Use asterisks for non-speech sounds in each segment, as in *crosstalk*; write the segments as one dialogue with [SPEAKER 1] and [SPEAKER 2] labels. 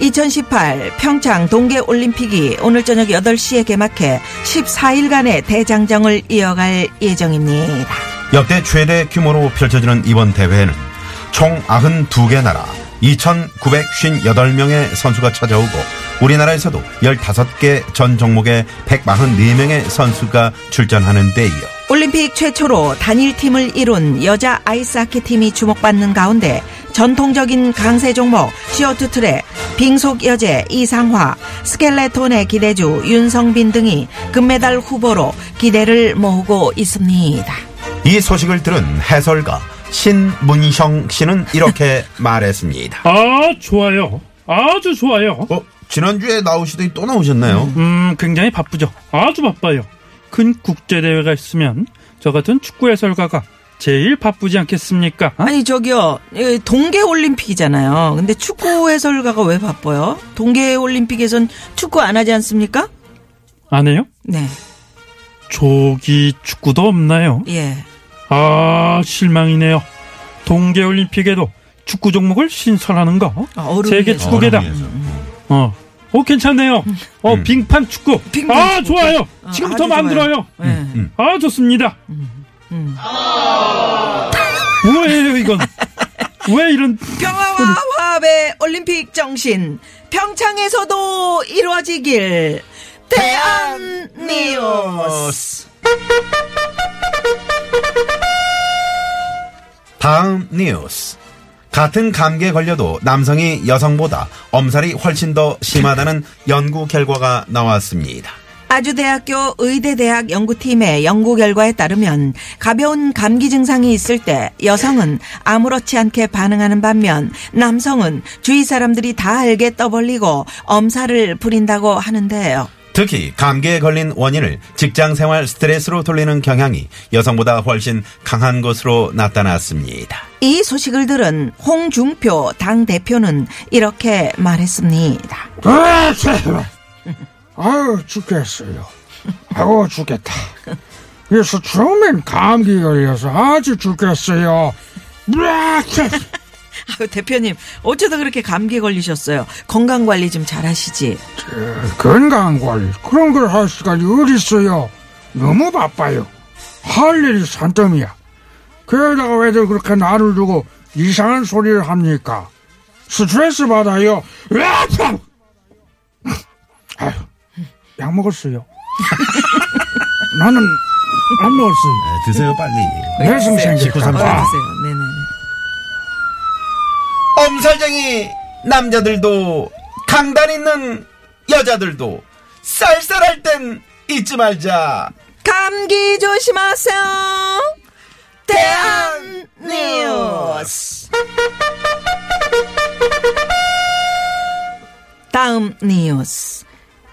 [SPEAKER 1] 2018 평창 동계 올림픽이 오늘 저녁 8시에 개막해 14일간의 대장정을 이어갈 예정입니다.
[SPEAKER 2] 역대 최대 규모로 펼쳐지는 이번 대회에는 총 92개 나라 2,958명의 선수가 찾아오고 우리나라에서도 15개 전 종목의 144명의 선수가 출전하는 데이어
[SPEAKER 1] 올림픽 최초로 단일팀을 이룬 여자 아이스하키 팀이 주목받는 가운데 전통적인 강세 종목 시어트 트랙, 빙속 여제 이상화, 스켈레톤의 기대주 윤성빈 등이 금메달 후보로 기대를 모으고 있습니다.
[SPEAKER 2] 이 소식을 들은 해설가 신문형 씨는 이렇게 *laughs* 말했습니다.
[SPEAKER 3] 아 좋아요 아주 좋아요
[SPEAKER 2] 어, 지난주에 나오시더니 또 나오셨나요?
[SPEAKER 3] 음 굉장히 바쁘죠 아주 바빠요 큰 국제대회가 있으면 저 같은 축구 해설가가 제일 바쁘지 않겠습니까
[SPEAKER 1] 아니 저기요 예, 동계올림픽이잖아요. 근데 축구 해설가가 왜 바빠요? 동계올림픽에선 축구 안 하지 않습니까?
[SPEAKER 3] 안 해요?
[SPEAKER 1] 네,
[SPEAKER 3] 조기 축구도 없나요?
[SPEAKER 1] 예.
[SPEAKER 3] 아 실망이네요 동계올림픽에도 축구 종목을 신설하는 거
[SPEAKER 1] 아, 얼음이에요.
[SPEAKER 3] 세계 축구계다
[SPEAKER 2] 얼음 위에서.
[SPEAKER 3] 어. 오 괜찮네요 어 빙판 축구
[SPEAKER 1] 음. 빙판
[SPEAKER 3] 아
[SPEAKER 1] 축구.
[SPEAKER 3] 좋아요
[SPEAKER 1] 아,
[SPEAKER 3] 지금부터
[SPEAKER 1] 아주
[SPEAKER 3] 만들어요
[SPEAKER 1] 예.
[SPEAKER 3] 아 좋습니다. 음, 뭐예요 이건? 왜 이런?
[SPEAKER 1] 평화와 화합의 올림픽 정신 평창에서도 이루어지길 대한 뉴스
[SPEAKER 2] 다음 뉴스. 같은 감기에 걸려도 남성이 여성보다 엄살이 훨씬 더 심하다는 연구 결과가 나왔습니다.
[SPEAKER 1] 아주대학교 의대대학 연구팀의 연구 결과에 따르면 가벼운 감기 증상이 있을 때 여성은 아무렇지 않게 반응하는 반면 남성은 주위 사람들이 다 알게 떠벌리고 엄살을 부린다고 하는데요.
[SPEAKER 2] 특히 감기에 걸린 원인을 직장 생활 스트레스로 돌리는 경향이 여성보다 훨씬 강한 것으로 나타났습니다.
[SPEAKER 1] 이 소식을 들은 홍준표 당 대표는 이렇게 말했습니다.
[SPEAKER 4] 아, 참아. 아유, 죽겠어요. 아우, 죽겠다. 그래서 처음엔 감기 걸려서 아주 죽겠어요. 으아, 참.
[SPEAKER 1] *laughs* 아유, 대표님 어쩌다 그렇게 감기 걸리셨어요? 건강 관리 좀 잘하시지.
[SPEAKER 4] 건강관리, 그런 걸 할 시간이 어딨어요. 너무 바빠요. 할 일이 산더미야. 그러다가 왜들 그렇게 나를 두고 이상한 소리를 합니까? 스트레스 받아요. 으아, 참. 아유, 약 먹었어요. *laughs* 나는 안 먹었어요.
[SPEAKER 2] 네,
[SPEAKER 4] 아,
[SPEAKER 2] 드세요 빨리.
[SPEAKER 4] 내숭
[SPEAKER 2] 식구
[SPEAKER 4] 생길까
[SPEAKER 2] 삼촌.
[SPEAKER 4] 봐.
[SPEAKER 1] 어떠세요? 네, 네네.
[SPEAKER 2] 엄살쟁이 남자들도 강단 있는 여자들도 쌀쌀할 땐 잊지 말자.
[SPEAKER 1] 감기 조심하세요. 대한 뉴스. 다음 뉴스.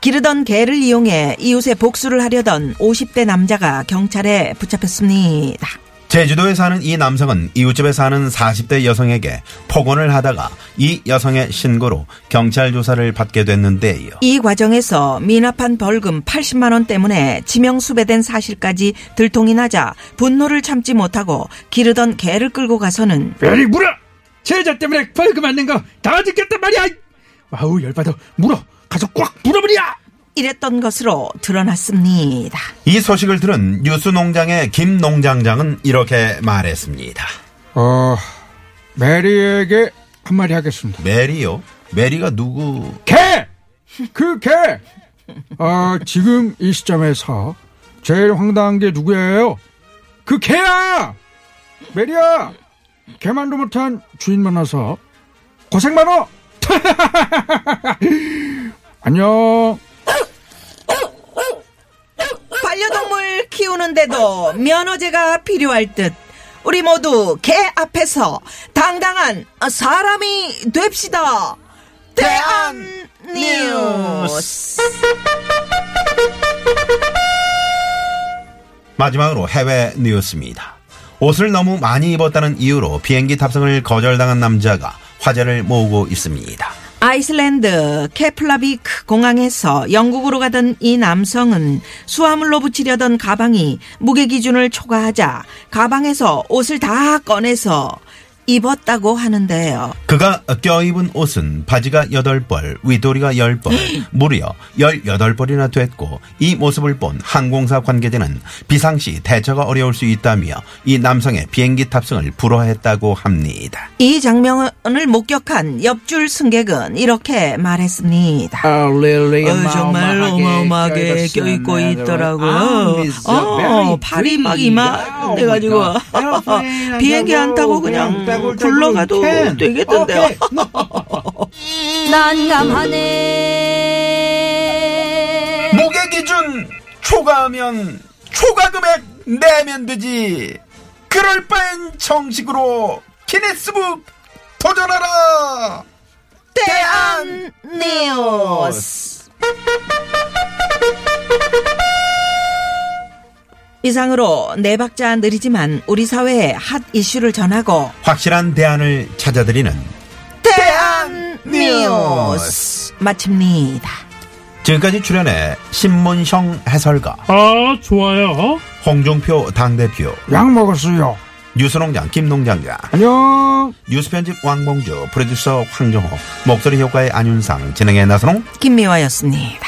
[SPEAKER 1] 기르던 개를 이용해 이웃에 복수를 하려던 50대 남자가 경찰에 붙잡혔습니다.
[SPEAKER 2] 제주도에 사는 이 남성은 이웃집에 사는 40대 여성에게 폭언을 하다가 이 여성의 신고로 경찰 조사를 받게 됐는데요.
[SPEAKER 1] 이 과정에서 미납한 벌금 80만 원 때문에 지명 수배된 사실까지 들통이 나자 분노를 참지 못하고 기르던 개를 끌고 가서는
[SPEAKER 4] 베리 물어! 제자 때문에 벌금 맞는 거 다 듣겠단 말이야! 와우 열받아 물어! 가서 꽉 물어버려!
[SPEAKER 1] 이랬던 것으로 드러났습니다.
[SPEAKER 2] 이 소식을 들은 뉴스농장의 김농장장은 이렇게 말했습니다.
[SPEAKER 4] 어... 메리에게 한마디 하겠습니다.
[SPEAKER 2] 메리요? 메리가 누구?
[SPEAKER 4] 개! 그 개! 아 지금 이 시점에서 제일 황당한 게 누구예요? 그 개야! 메리야! 개만도 못한 주인 만나서 고생 많어! *laughs* 안녕!
[SPEAKER 1] 반려동물 키우는데도 면허제가 필요할 듯 우리 모두 개 앞에서 당당한 사람이 됩시다. 대한
[SPEAKER 2] 마지막으로 해외 뉴스입니다. 옷을 너무 많이 입었다는 이유로 비행기 탑승을 거절당한 남자가 화제를 모으고 있습니다.
[SPEAKER 1] 아이슬란드 케플라비크 공항에서 영국으로 가던 이 남성은 수화물로 붙이려던 가방이 무게 기준을 초과하자 가방에서 옷을 다 꺼내서 입었다고 하는데요.
[SPEAKER 2] 그가 껴입은 옷은 바지가 8벌, 위도리가 10벌, 무려 18벌이나 됐고 이 모습을 본 항공사 관계자는 비상시 대처가 어려울 수 있다며 이 남성의 비행기 탑승을 불허했다고 합니다.
[SPEAKER 1] 이 장면을 목격한 옆줄 승객은 이렇게 말했습니다.
[SPEAKER 5] 아, 릴리
[SPEAKER 1] 어, 정말 어마어마하게 껴입고 있더라고요. 어, 발이 막 이마 돼가지고 *laughs* 비행기 안 타고 그냥 굴러가도 되겠던데요.
[SPEAKER 6] 난감하네.
[SPEAKER 2] 무게 기준 초과하면 초과 금액 내면 되지. 그럴 바엔 정식으로 기네스북 도전하라.
[SPEAKER 1] 대한 뉴스. 이상으로 네 박자 느리지만 우리 사회의 핫 이슈를 전하고
[SPEAKER 2] 확실한 대안을 찾아드리는
[SPEAKER 1] 대한 뉴스 마칩니다.
[SPEAKER 2] 지금까지 출연해 신문형 해설가
[SPEAKER 3] 아, 좋아요.
[SPEAKER 2] 홍종표 당대표
[SPEAKER 4] 약 먹었어요.
[SPEAKER 2] 뉴스농장 김농장장
[SPEAKER 4] 안녕.
[SPEAKER 2] 뉴스편집 왕봉주 프로듀서 황정호 목소리 효과의 안윤상 진행의 나선홍
[SPEAKER 1] 김미화였습니다.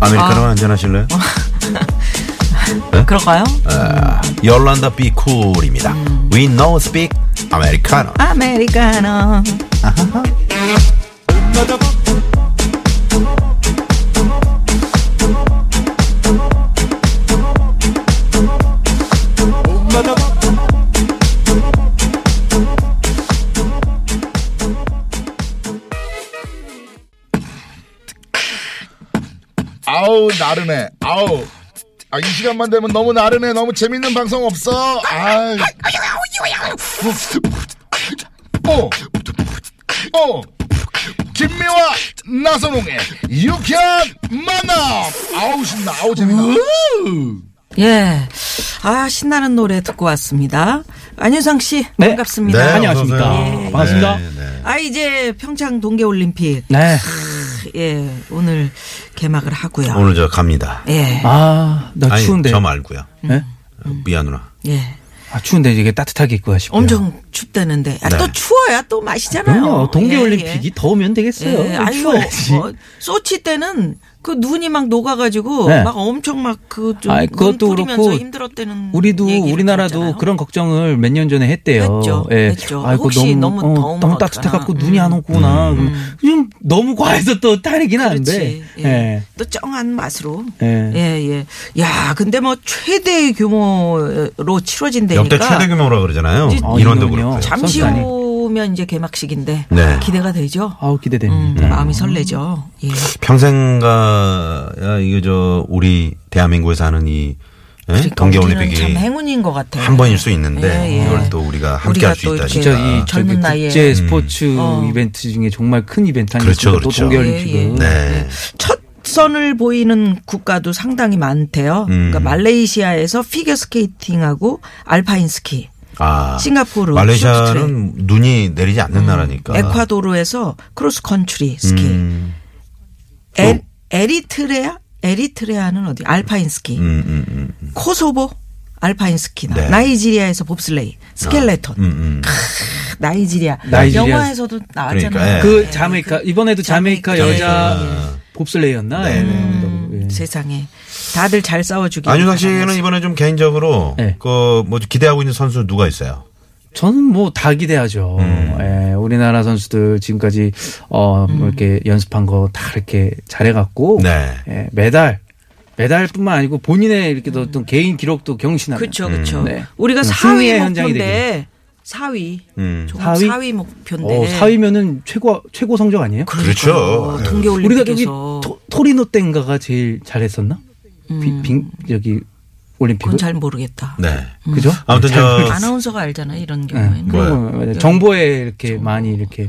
[SPEAKER 2] 아메리카노 한잔하실래요?
[SPEAKER 5] 네?
[SPEAKER 1] 그럴까요?
[SPEAKER 2] 아, 열란다 비쿨입니다 We know speak 아메리카노
[SPEAKER 1] 아메리카노.
[SPEAKER 7] 아우 나른해 아우 아, 이 시간만 되면 너무 나른해 너무 재밌는 방송 없어 아 어. 어. 김미화 나선홍의 유쾌한 만남 아우 신나 아우 재밌다
[SPEAKER 1] 예. 아, 신나는 노래 듣고 왔습니다. 안윤상 씨,
[SPEAKER 5] 네.
[SPEAKER 1] 반갑습니다.
[SPEAKER 2] 네.
[SPEAKER 5] 안녕하십니까.
[SPEAKER 2] 어서오세요.
[SPEAKER 5] 반갑습니다.
[SPEAKER 2] 네, 네.
[SPEAKER 1] 아, 이제 평창 동계올림픽,
[SPEAKER 5] 네.
[SPEAKER 1] 예, 오늘 개막을 하고요.
[SPEAKER 2] 오늘 저 갑니다
[SPEAKER 1] 예,
[SPEAKER 5] 아, 나
[SPEAKER 2] 아니
[SPEAKER 5] 추운데.
[SPEAKER 2] 저 말고요 어,
[SPEAKER 5] 네?
[SPEAKER 2] 미안 누나
[SPEAKER 1] 예.
[SPEAKER 5] 아, 추운데 이게 따뜻하게 입고 가시고.
[SPEAKER 1] 엄청 춥다는데. 아,
[SPEAKER 2] 네.
[SPEAKER 1] 또 추워야 또 맛이잖아요. 예,
[SPEAKER 5] 그럼요.
[SPEAKER 1] 예.
[SPEAKER 5] 어, 동계올림픽이 더우면 되겠어요.
[SPEAKER 1] 예, 아유,
[SPEAKER 5] 추워야지.
[SPEAKER 1] 뭐, 소치 때는 그 눈이 막 녹아가지고
[SPEAKER 5] 네.
[SPEAKER 1] 막 엄청 막그좀
[SPEAKER 5] 아이, 그것도 그렇고
[SPEAKER 1] 힘들었다는
[SPEAKER 5] 우리도
[SPEAKER 1] 얘기를
[SPEAKER 5] 우리나라도
[SPEAKER 1] 들었잖아요.
[SPEAKER 5] 그런 걱정을 몇 년 전에 했대요.
[SPEAKER 1] 했죠,
[SPEAKER 5] 예.
[SPEAKER 1] 했죠. 혹시 너무 더우면
[SPEAKER 5] 너무
[SPEAKER 1] 어떡하나.
[SPEAKER 5] 따뜻해갖고
[SPEAKER 1] 음.
[SPEAKER 5] 눈이 안 오구나. 그럼 좀 너무 과해서 또 탈이긴 한데.
[SPEAKER 1] 그렇지. 예.
[SPEAKER 5] 예.
[SPEAKER 1] 또 쩡한 맛으로.
[SPEAKER 5] 예.
[SPEAKER 1] 예, 예. 야, 근데 뭐 최대 규모로 치러진다니까.
[SPEAKER 2] 역대 최대 규모라 그러잖아요
[SPEAKER 1] 네,
[SPEAKER 2] 어,
[SPEAKER 1] 이제-
[SPEAKER 5] 아,
[SPEAKER 2] 인원도
[SPEAKER 5] 이거는요.
[SPEAKER 2] 그렇고요
[SPEAKER 5] 참-
[SPEAKER 1] 잠시
[SPEAKER 5] 선수단이.
[SPEAKER 1] 오면 이제 개막식인데
[SPEAKER 2] 네.
[SPEAKER 1] 기대가 되죠.
[SPEAKER 5] 아우 기대됩니다.
[SPEAKER 1] 음, 마음이 설레죠. 예.
[SPEAKER 2] 평생 가 야, 이거 저 우리 대한민국에서 하는 이 예?
[SPEAKER 1] 그러니까
[SPEAKER 2] 동계올림픽이
[SPEAKER 1] 우리는 참 행운인 것 같아요.
[SPEAKER 2] 한 번일 수 있는데
[SPEAKER 1] 예, 예.
[SPEAKER 2] 이걸 또 우리가 함께
[SPEAKER 1] 우리가
[SPEAKER 2] 할수
[SPEAKER 1] 또 이렇게
[SPEAKER 2] 있다니.
[SPEAKER 5] 진짜 이 저기
[SPEAKER 1] 젊은 나이에
[SPEAKER 5] 아, 그 국제 음. 스포츠
[SPEAKER 1] 어.
[SPEAKER 5] 이벤트 중에 정말 큰 이벤트
[SPEAKER 2] 그렇죠,
[SPEAKER 5] 아니겠습니까?
[SPEAKER 2] 그렇죠.
[SPEAKER 5] 또 동계올림픽은.
[SPEAKER 1] 예,
[SPEAKER 2] 네.
[SPEAKER 1] 첫 선을 보이는 국가도 상당히 많대요.
[SPEAKER 2] 음.
[SPEAKER 1] 그러니까 말레이시아에서 피겨 스케이팅하고 알파인 스키,
[SPEAKER 2] 아,
[SPEAKER 1] 싱가포르 쇼트트랙, 음.
[SPEAKER 2] 말레이시아는 눈이 내리지 않는 나라니까.
[SPEAKER 1] 에콰도르에서 크로스 컨트리 스키,
[SPEAKER 2] 아. 음,
[SPEAKER 1] 에, 에리트레아 에리트레아는 어디? 알파인 스키,
[SPEAKER 2] 음, 음, 음, 음.
[SPEAKER 1] 코소보 알파인 스키나
[SPEAKER 2] 네.
[SPEAKER 1] 나이지리아에서 봅슬레이, 스켈레톤,
[SPEAKER 2] 음, 음.
[SPEAKER 1] 나이지리아.
[SPEAKER 5] 나이지리아.
[SPEAKER 1] 영화에서도 나왔잖아요.
[SPEAKER 2] 그러니까, 예.
[SPEAKER 5] 그 자메이카 이번에도
[SPEAKER 1] 자메이카
[SPEAKER 5] 자메이카,
[SPEAKER 2] 예,
[SPEAKER 5] 여자 봅슬레이였나?
[SPEAKER 2] 네, 네.
[SPEAKER 5] 예.
[SPEAKER 1] 세상에 다들 잘 싸워주기.
[SPEAKER 2] 안윤상 씨는 이번에 좀 개인적으로
[SPEAKER 5] 네.
[SPEAKER 2] 그 뭐 기대하고 있는 선수 누가 있어요?
[SPEAKER 5] 저는 뭐 다 기대하죠.
[SPEAKER 2] 음.
[SPEAKER 5] 예, 우리나라 선수들 지금까지 어뭐
[SPEAKER 1] 음.
[SPEAKER 5] 이렇게 연습한 거 다 이렇게 잘해갖고
[SPEAKER 2] 네.
[SPEAKER 5] 예, 메달 메달뿐만 아니고 본인의 이렇게 또 어떤 개인 기록도 경신하는.
[SPEAKER 1] 음. 그렇죠, 그렇죠.
[SPEAKER 5] 네.
[SPEAKER 1] 우리가
[SPEAKER 5] 음,
[SPEAKER 1] 4위
[SPEAKER 5] 승리의 현장이
[SPEAKER 1] 목표인데 4위,
[SPEAKER 2] 음.
[SPEAKER 1] 종
[SPEAKER 5] 사위?
[SPEAKER 1] 4위? 목표인데.
[SPEAKER 5] 어, 4위면은 최고 최고 성적 아니에요?
[SPEAKER 1] 그러니까요.
[SPEAKER 2] 그렇죠.
[SPEAKER 5] 네. 우리가 저기
[SPEAKER 1] 동계올림픽에서
[SPEAKER 5] 토, 토리노 땐가가 제일 잘했었나? 비- 빙, 여기 올림픽을.
[SPEAKER 1] 음. 그건 잘 모르겠다.
[SPEAKER 2] 네.
[SPEAKER 5] 그죠?
[SPEAKER 2] 아무튼 저그
[SPEAKER 1] 아나운서가 알잖아 이런
[SPEAKER 5] 네.
[SPEAKER 1] 경우에는.
[SPEAKER 2] 뭐야.
[SPEAKER 1] 네.
[SPEAKER 5] 어, 정보에 이렇게 많이 이렇게.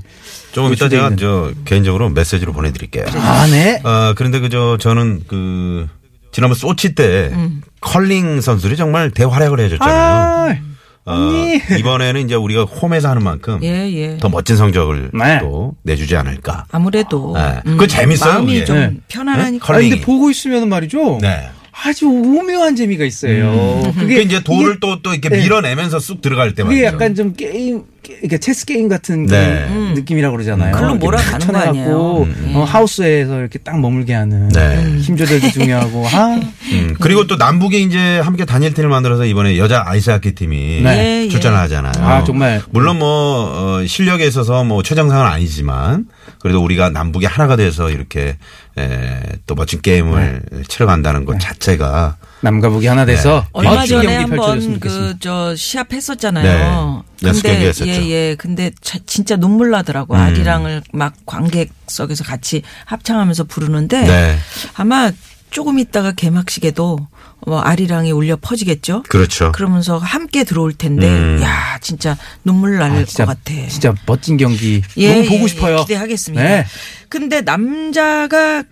[SPEAKER 2] 조금 이따
[SPEAKER 5] 노출돼
[SPEAKER 2] 제가
[SPEAKER 5] 있는.
[SPEAKER 2] 저 개인적으로 메시지로 보내드릴게요.
[SPEAKER 5] 아, 네.
[SPEAKER 2] 아, 그런데 그저 저는 그 지난번 소치 때 컬링 선수들이 정말 대활약을 해줬잖아요. 네.
[SPEAKER 5] 아,
[SPEAKER 2] 어, 이번에는 이제 우리가 홈에서 하는 만큼
[SPEAKER 1] 예 예.
[SPEAKER 2] 더 멋진 성적을
[SPEAKER 5] 네.
[SPEAKER 2] 또 내주지 않을까.
[SPEAKER 1] 아무래도
[SPEAKER 2] 네. 그거 재밌어요,
[SPEAKER 1] 마음이
[SPEAKER 2] 그게.
[SPEAKER 1] 좀
[SPEAKER 5] 네.
[SPEAKER 1] 편안하니까.
[SPEAKER 2] 컬-
[SPEAKER 5] 아니, 근데
[SPEAKER 2] 컬링이.
[SPEAKER 5] 보고 있으면 말이죠.
[SPEAKER 2] 네. 음.
[SPEAKER 5] 아주 오묘한 재미가 있어요.
[SPEAKER 2] 그게 이제 돌을
[SPEAKER 5] 이게-
[SPEAKER 2] 또 또 이렇게
[SPEAKER 5] 네.
[SPEAKER 2] 밀어내면서 쑥 들어갈 때만.
[SPEAKER 5] 그게 약간 좀 게임, 게- 그러니까 체스 게임 같은
[SPEAKER 2] 네.
[SPEAKER 5] 그런
[SPEAKER 1] 음.
[SPEAKER 5] 느낌이라고 그러잖아요.
[SPEAKER 1] 글로
[SPEAKER 5] 이렇게
[SPEAKER 1] 몰아가는
[SPEAKER 5] 탁
[SPEAKER 1] 거 음.
[SPEAKER 5] 쳐내갖고, 어, 하우스에서 이렇게 딱 머물게 하는.
[SPEAKER 2] 네.
[SPEAKER 5] 힘 조절도 중요하고,
[SPEAKER 1] *laughs*
[SPEAKER 5] 아,
[SPEAKER 2] 음, 그리고 또 남북이 이제 함께 단일 팀을 만들어서 이번에 여자 아이스하키 팀이
[SPEAKER 5] 네.
[SPEAKER 1] 예, 예.
[SPEAKER 2] 출전을 하잖아요.
[SPEAKER 5] 아, 정말.
[SPEAKER 2] 물론 뭐 어, 실력에 있어서 뭐 최정상은 아니지만 그래도 우리가 남북이 하나가 돼서 이렇게 에, 또 멋진 게임을
[SPEAKER 5] 네.
[SPEAKER 2] 치러간다는 것 자체가
[SPEAKER 5] 남과 북이 하나
[SPEAKER 2] 네.
[SPEAKER 5] 돼서.
[SPEAKER 1] 얼마
[SPEAKER 5] 멋진
[SPEAKER 1] 전에
[SPEAKER 5] 경기 펼쳐졌으면
[SPEAKER 1] 한번
[SPEAKER 5] 좋겠습니다.
[SPEAKER 1] 그 저 시합 했었잖아요.
[SPEAKER 2] 네. 연습 경기 했었죠.
[SPEAKER 1] 예예. 근데 자- 진짜 눈물 나더라고.
[SPEAKER 5] 음.
[SPEAKER 1] 아리랑을 막 관객석에서 같이 합창하면서 부르는데
[SPEAKER 2] 네.
[SPEAKER 1] 아마 조금 있다가 개막식에도 뭐 아리랑이 울려 퍼지겠죠.
[SPEAKER 2] 그렇죠.
[SPEAKER 1] 그러면서 함께 들어올 텐데
[SPEAKER 2] 음.
[SPEAKER 1] 야 진짜 눈물 날 것
[SPEAKER 5] 진짜,
[SPEAKER 1] 같아.
[SPEAKER 5] 진짜 멋진 경기.
[SPEAKER 1] 예,
[SPEAKER 5] 너무
[SPEAKER 1] 예,
[SPEAKER 5] 보고
[SPEAKER 1] 예.
[SPEAKER 5] 싶어요.
[SPEAKER 1] 기대하겠습니다.
[SPEAKER 5] 네.
[SPEAKER 1] 근데 남자가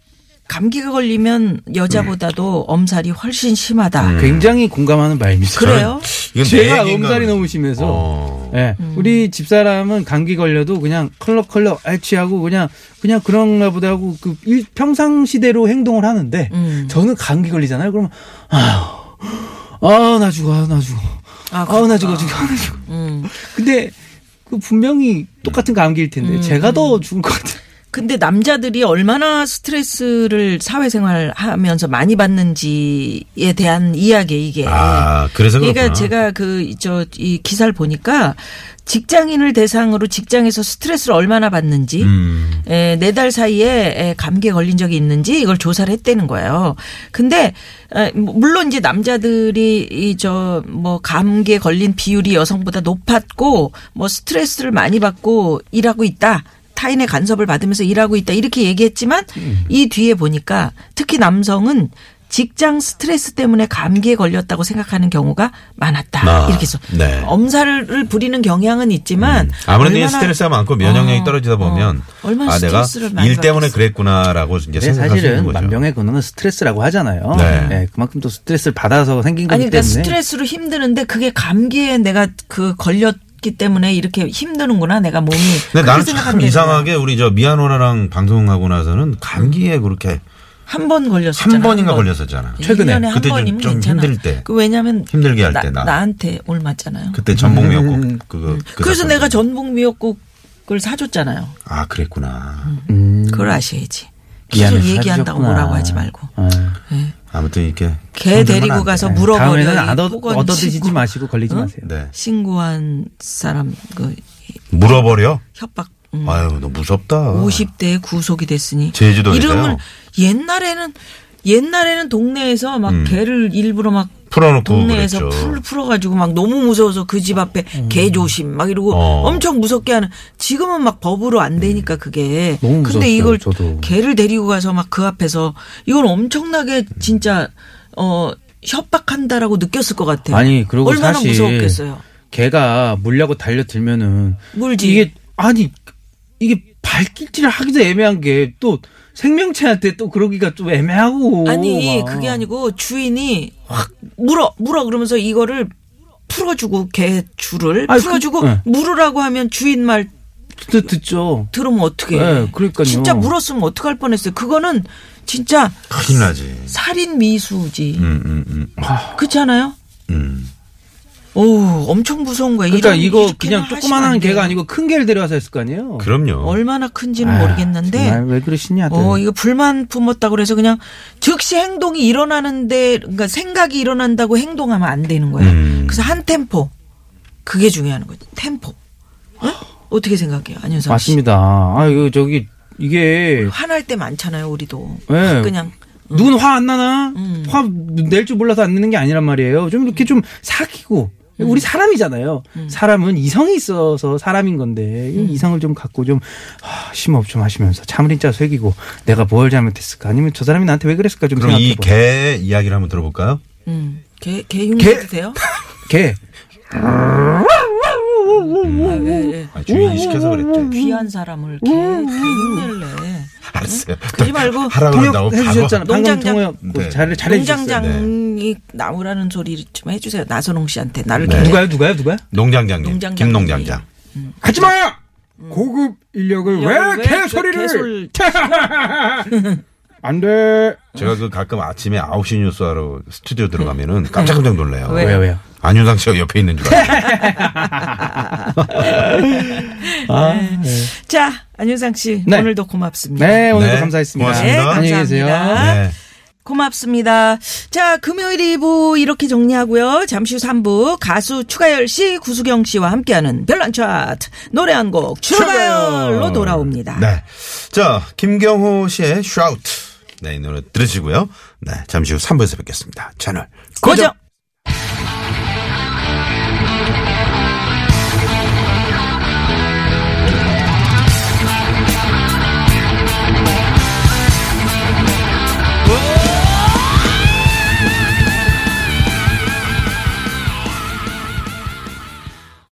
[SPEAKER 1] 감기가 걸리면 여자보다도
[SPEAKER 5] 음.
[SPEAKER 1] 엄살이 훨씬 심하다.
[SPEAKER 5] 굉장히 공감하는 말입니다.
[SPEAKER 1] 그래요?
[SPEAKER 2] 이건
[SPEAKER 5] 제가
[SPEAKER 2] 내 얘기인가
[SPEAKER 5] 엄살이
[SPEAKER 2] 그러네.
[SPEAKER 5] 너무 심해서
[SPEAKER 2] 어.
[SPEAKER 5] 예,
[SPEAKER 1] 음.
[SPEAKER 5] 우리 집사람은 감기 걸려도 그냥 컬럭컬럭 알취하고 그냥 그냥 그런가 보다 하고 그 일- 평상시대로 행동을 하는데
[SPEAKER 1] 음.
[SPEAKER 5] 저는 감기 걸리잖아요. 그러면 아나 죽어 나 죽어
[SPEAKER 1] 아, 음.
[SPEAKER 5] 아나 죽어 죽어 나 죽어. 근데 그 분명히 똑같은 감기일 텐데
[SPEAKER 1] 음,
[SPEAKER 5] 제가 더 죽을 것 같아요.
[SPEAKER 1] 근데 남자들이 얼마나 스트레스를 사회생활 하면서 많이 받는지에 대한 이야기 이게.
[SPEAKER 2] 아, 그래서 그렇구나.
[SPEAKER 1] 그러니까 제가 그 저 이 기사를 보니까 직장인을 대상으로 직장에서 스트레스를 얼마나 받는지
[SPEAKER 2] 음.
[SPEAKER 1] 네 달 사이에 에, 감기에 걸린 적이 있는지 이걸 조사를 했다는 거예요. 근데 에, 뭐, 물론 이제 남자들이 이 저 뭐 감기에 걸린 비율이 여성보다 높았고 뭐 스트레스를 많이 받고 일하고 있다. 타인의 간섭을 받으면서 일하고 있다 이렇게 얘기했지만
[SPEAKER 2] 음.
[SPEAKER 1] 이 뒤에 보니까 특히 남성은 직장 스트레스 때문에 감기에 걸렸다고 생각하는 경우가 많았다
[SPEAKER 2] 아,
[SPEAKER 1] 이렇게 해서
[SPEAKER 2] 네. 음.
[SPEAKER 1] 엄살을 부리는 경향은 있지만
[SPEAKER 2] 아무래도 이게
[SPEAKER 1] 얼마나
[SPEAKER 2] 스트레스가 많고 면역력이
[SPEAKER 1] 어,
[SPEAKER 2] 떨어지다 보면
[SPEAKER 1] 어. 얼마나
[SPEAKER 2] 아 내가
[SPEAKER 1] 스트레스를 많이
[SPEAKER 2] 일 때문에
[SPEAKER 1] 받겠어.
[SPEAKER 2] 그랬구나라고 이제
[SPEAKER 5] 네,
[SPEAKER 2] 생각할 수 있는
[SPEAKER 5] 사실은
[SPEAKER 2] 거죠.
[SPEAKER 5] 만병의 근원은 스트레스라고 하잖아요.
[SPEAKER 2] 네.
[SPEAKER 5] 예, 그만큼 또 스트레스를 받아서 생긴 거기
[SPEAKER 1] 아니 그러니까
[SPEAKER 5] 때문에
[SPEAKER 1] 스트레스로 힘드는데 그게 감기에 내가 그 걸렸기 때문에 이렇게 힘드는구나 내가 몸이.
[SPEAKER 2] 근데
[SPEAKER 1] 그렇게
[SPEAKER 2] 나는 참
[SPEAKER 1] 생각하면
[SPEAKER 2] 이상하게 우리 저 미아노라랑 방송하고 나서는 감기에 그렇게
[SPEAKER 1] 한번 걸렸었잖아.
[SPEAKER 2] 한 번인가 걸렸었잖아.
[SPEAKER 5] 최근에.
[SPEAKER 1] 년에한
[SPEAKER 2] 그때 좀-
[SPEAKER 1] 번이면
[SPEAKER 2] 좀
[SPEAKER 1] 괜찮아.
[SPEAKER 2] 힘들 때.
[SPEAKER 1] 그 왜냐면
[SPEAKER 2] 힘들게 할때 나.
[SPEAKER 1] 나한테 올 맞잖아요.
[SPEAKER 2] 그때 전복 미역국 그거. 그
[SPEAKER 1] 음, 그, 래서
[SPEAKER 2] 사건.
[SPEAKER 1] 내가 전북 미역국을 사줬잖아요.
[SPEAKER 2] 아 그랬구나.
[SPEAKER 1] 음. 그걸 아셔야지.
[SPEAKER 5] 음, 미안해서
[SPEAKER 1] 계속 얘기한다고
[SPEAKER 5] 사주셨구나.
[SPEAKER 1] 뭐라고 하지 말고.
[SPEAKER 5] 예.
[SPEAKER 2] 아무튼 이렇게
[SPEAKER 1] 개
[SPEAKER 2] 손들면 안
[SPEAKER 1] 데리고
[SPEAKER 2] 돼.
[SPEAKER 1] 가서 물어버려.
[SPEAKER 5] 다음에는
[SPEAKER 1] 이
[SPEAKER 5] 안 얻어,
[SPEAKER 1] 폭언
[SPEAKER 5] 얻어 드시지
[SPEAKER 1] 신고-
[SPEAKER 5] *laughs* 마시고 걸리지
[SPEAKER 1] 응?
[SPEAKER 5] 마세요.
[SPEAKER 2] 네
[SPEAKER 1] 신고한 사람 그
[SPEAKER 2] 물어버려.
[SPEAKER 1] 협박. 음.
[SPEAKER 2] 아유 너 무섭다.
[SPEAKER 1] 50대에 구속이 됐으니
[SPEAKER 2] 제주도에서요?
[SPEAKER 1] 이름을 옛날에는 옛날에는 동네에서 막 개를 일부러 막
[SPEAKER 2] 풀어놓고
[SPEAKER 1] 동네에서
[SPEAKER 2] 그랬죠.
[SPEAKER 1] 풀 풀어가지고 막 너무 무서워서 그 집 앞에
[SPEAKER 5] 음.
[SPEAKER 1] 개 조심 막 이러고
[SPEAKER 2] 어.
[SPEAKER 1] 엄청 무섭게 하는 지금은 막 법으로 안 되니까 그게
[SPEAKER 5] 음. 너무
[SPEAKER 1] 근데
[SPEAKER 5] 무섭죠,
[SPEAKER 1] 이걸
[SPEAKER 5] 저도.
[SPEAKER 1] 개를 데리고 가서 막 그 앞에서 이건 엄청나게
[SPEAKER 5] 음.
[SPEAKER 1] 진짜 어 협박한다라고 느꼈을 것 같아요.
[SPEAKER 5] 아니 그리고
[SPEAKER 1] 네. 얼마나
[SPEAKER 5] 사실
[SPEAKER 1] 무서웠겠어요.
[SPEAKER 5] 개가 물려고 달려들면은
[SPEAKER 1] 물지.
[SPEAKER 5] 이게 아니 이게 발길질을 하기도 애매한 게 또 생명체한테 또 그러기가 좀 애매하고
[SPEAKER 1] 아니
[SPEAKER 5] 막.
[SPEAKER 1] 그게 아니고 주인이 확 물어 물어 그러면서 이거를 풀어주고 개 줄을
[SPEAKER 5] 아니,
[SPEAKER 1] 풀어주고
[SPEAKER 5] 그- 네.
[SPEAKER 1] 물으라고 하면 주인 말
[SPEAKER 5] 듣, 듣죠.
[SPEAKER 1] 들으면 어떻게
[SPEAKER 5] 네, 그러니까요.
[SPEAKER 1] 진짜 물었으면 어떡할 뻔했어요 그거는 진짜
[SPEAKER 2] 큰일 나지.
[SPEAKER 1] 살인 미수지
[SPEAKER 2] 음 음 음.
[SPEAKER 1] 그렇지 않아요?
[SPEAKER 2] 음.
[SPEAKER 1] 오 엄청 무서운 거야
[SPEAKER 5] 그러니까
[SPEAKER 1] 이런-
[SPEAKER 5] 이거
[SPEAKER 1] 이렇게는
[SPEAKER 5] 그냥
[SPEAKER 1] 하시면
[SPEAKER 5] 조그만한
[SPEAKER 1] 안 돼요.
[SPEAKER 5] 개가 아니고 큰 개를 데려와서 했을 거 아니에요.
[SPEAKER 2] 그럼요.
[SPEAKER 1] 얼마나 큰지는
[SPEAKER 5] 아,
[SPEAKER 1] 모르겠는데
[SPEAKER 5] 정말 왜 그러시냐.
[SPEAKER 1] 어, 이거 불만 품었다고 그래서 그냥 즉시 행동이 일어나는데, 그러니까 생각이 일어난다고 행동하면 안 되는 거예요.
[SPEAKER 2] 음.
[SPEAKER 1] 그래서 한 템포. 그게 중요한 거죠. 템포. 어? 어떻게 생각해요? 안현상 씨.
[SPEAKER 5] 맞습니다. 아 이거 저기 이게
[SPEAKER 1] 화날 때 많잖아요, 우리도.
[SPEAKER 5] 네.
[SPEAKER 1] 확 그냥.
[SPEAKER 5] 누군 화 안 나나?
[SPEAKER 1] 음.
[SPEAKER 5] 화 낼 줄 몰라서 안 내는 게 아니란 말이에요. 좀 이렇게 좀 삭히고.
[SPEAKER 1] 음.
[SPEAKER 5] 우리 사람이잖아요. 사람은 이성이 있어서 사람인 건데
[SPEAKER 1] 음.
[SPEAKER 5] 이 이성을 좀 갖고 좀 하, 심호흡 좀 하시면서 참을인 자 새기고 내가 뭘 잘못했을까 아니면 저 사람이 나한테 왜 그랬을까 좀
[SPEAKER 2] 그럼
[SPEAKER 5] 생각해
[SPEAKER 2] 이
[SPEAKER 5] 봐.
[SPEAKER 2] 개 이야기를 한번 들어볼까요?
[SPEAKER 1] 음. 개, 개 흉내 드세요?
[SPEAKER 5] 개.
[SPEAKER 1] 아, 왜, 예.
[SPEAKER 2] 아, 주인이 시켜서 그랬지.
[SPEAKER 1] 귀한 사람을 개, 개
[SPEAKER 5] 음.
[SPEAKER 1] 흉내를 내.
[SPEAKER 2] 알았어요.
[SPEAKER 1] 그러지 말고
[SPEAKER 2] 하라 그런다고
[SPEAKER 5] 통역 해주셨잖아.
[SPEAKER 2] 바로.
[SPEAKER 5] 방금
[SPEAKER 1] 농장장.
[SPEAKER 5] 통역 그
[SPEAKER 2] 네.
[SPEAKER 5] 잘 잘해주셨어요.
[SPEAKER 1] 농장장이 나오라는 소리 좀 해주세요. 나선홍 씨한테 나를 개-
[SPEAKER 5] 네. 누가요? 누가요? 누가요?
[SPEAKER 2] 농장장님,
[SPEAKER 1] 농장장님.
[SPEAKER 2] 김농장장.
[SPEAKER 4] 하지마! 고급 인력을
[SPEAKER 1] 인력을
[SPEAKER 4] 왜
[SPEAKER 1] 왜
[SPEAKER 4] 개소리를! *laughs* 안 돼!
[SPEAKER 2] 제가 그 가끔 아침에 9시 뉴스하러 스튜디오 들어가면은 깜짝깜짝 놀래요.
[SPEAKER 1] 왜?
[SPEAKER 5] 왜요? 왜요?
[SPEAKER 2] 안윤상 씨가 옆에 있는 줄 알아요.
[SPEAKER 1] 자, 안윤상 씨
[SPEAKER 5] 네.
[SPEAKER 1] 오늘도 고맙습니다.
[SPEAKER 5] 네 오늘도
[SPEAKER 2] 네,
[SPEAKER 5] 감사했습니다.
[SPEAKER 1] 네,
[SPEAKER 2] 고맙습니다.
[SPEAKER 1] 감사합니다.
[SPEAKER 5] 안녕히 계세요.
[SPEAKER 2] 네.
[SPEAKER 1] 고맙습니다. 자, 금요일 2부 이렇게 정리하고요. 잠시 후 3부 가수 추가열 씨, 구수경 씨와 함께하는 별난 차트 노래 한 곡 추가열로 돌아옵니다.
[SPEAKER 2] 네. 자, 김경호 씨의 슈아웃. 네, 이 노래 들으시고요. 네, 잠시 후 3부에서 뵙겠습니다. 채널
[SPEAKER 1] 고정.
[SPEAKER 2] 고정!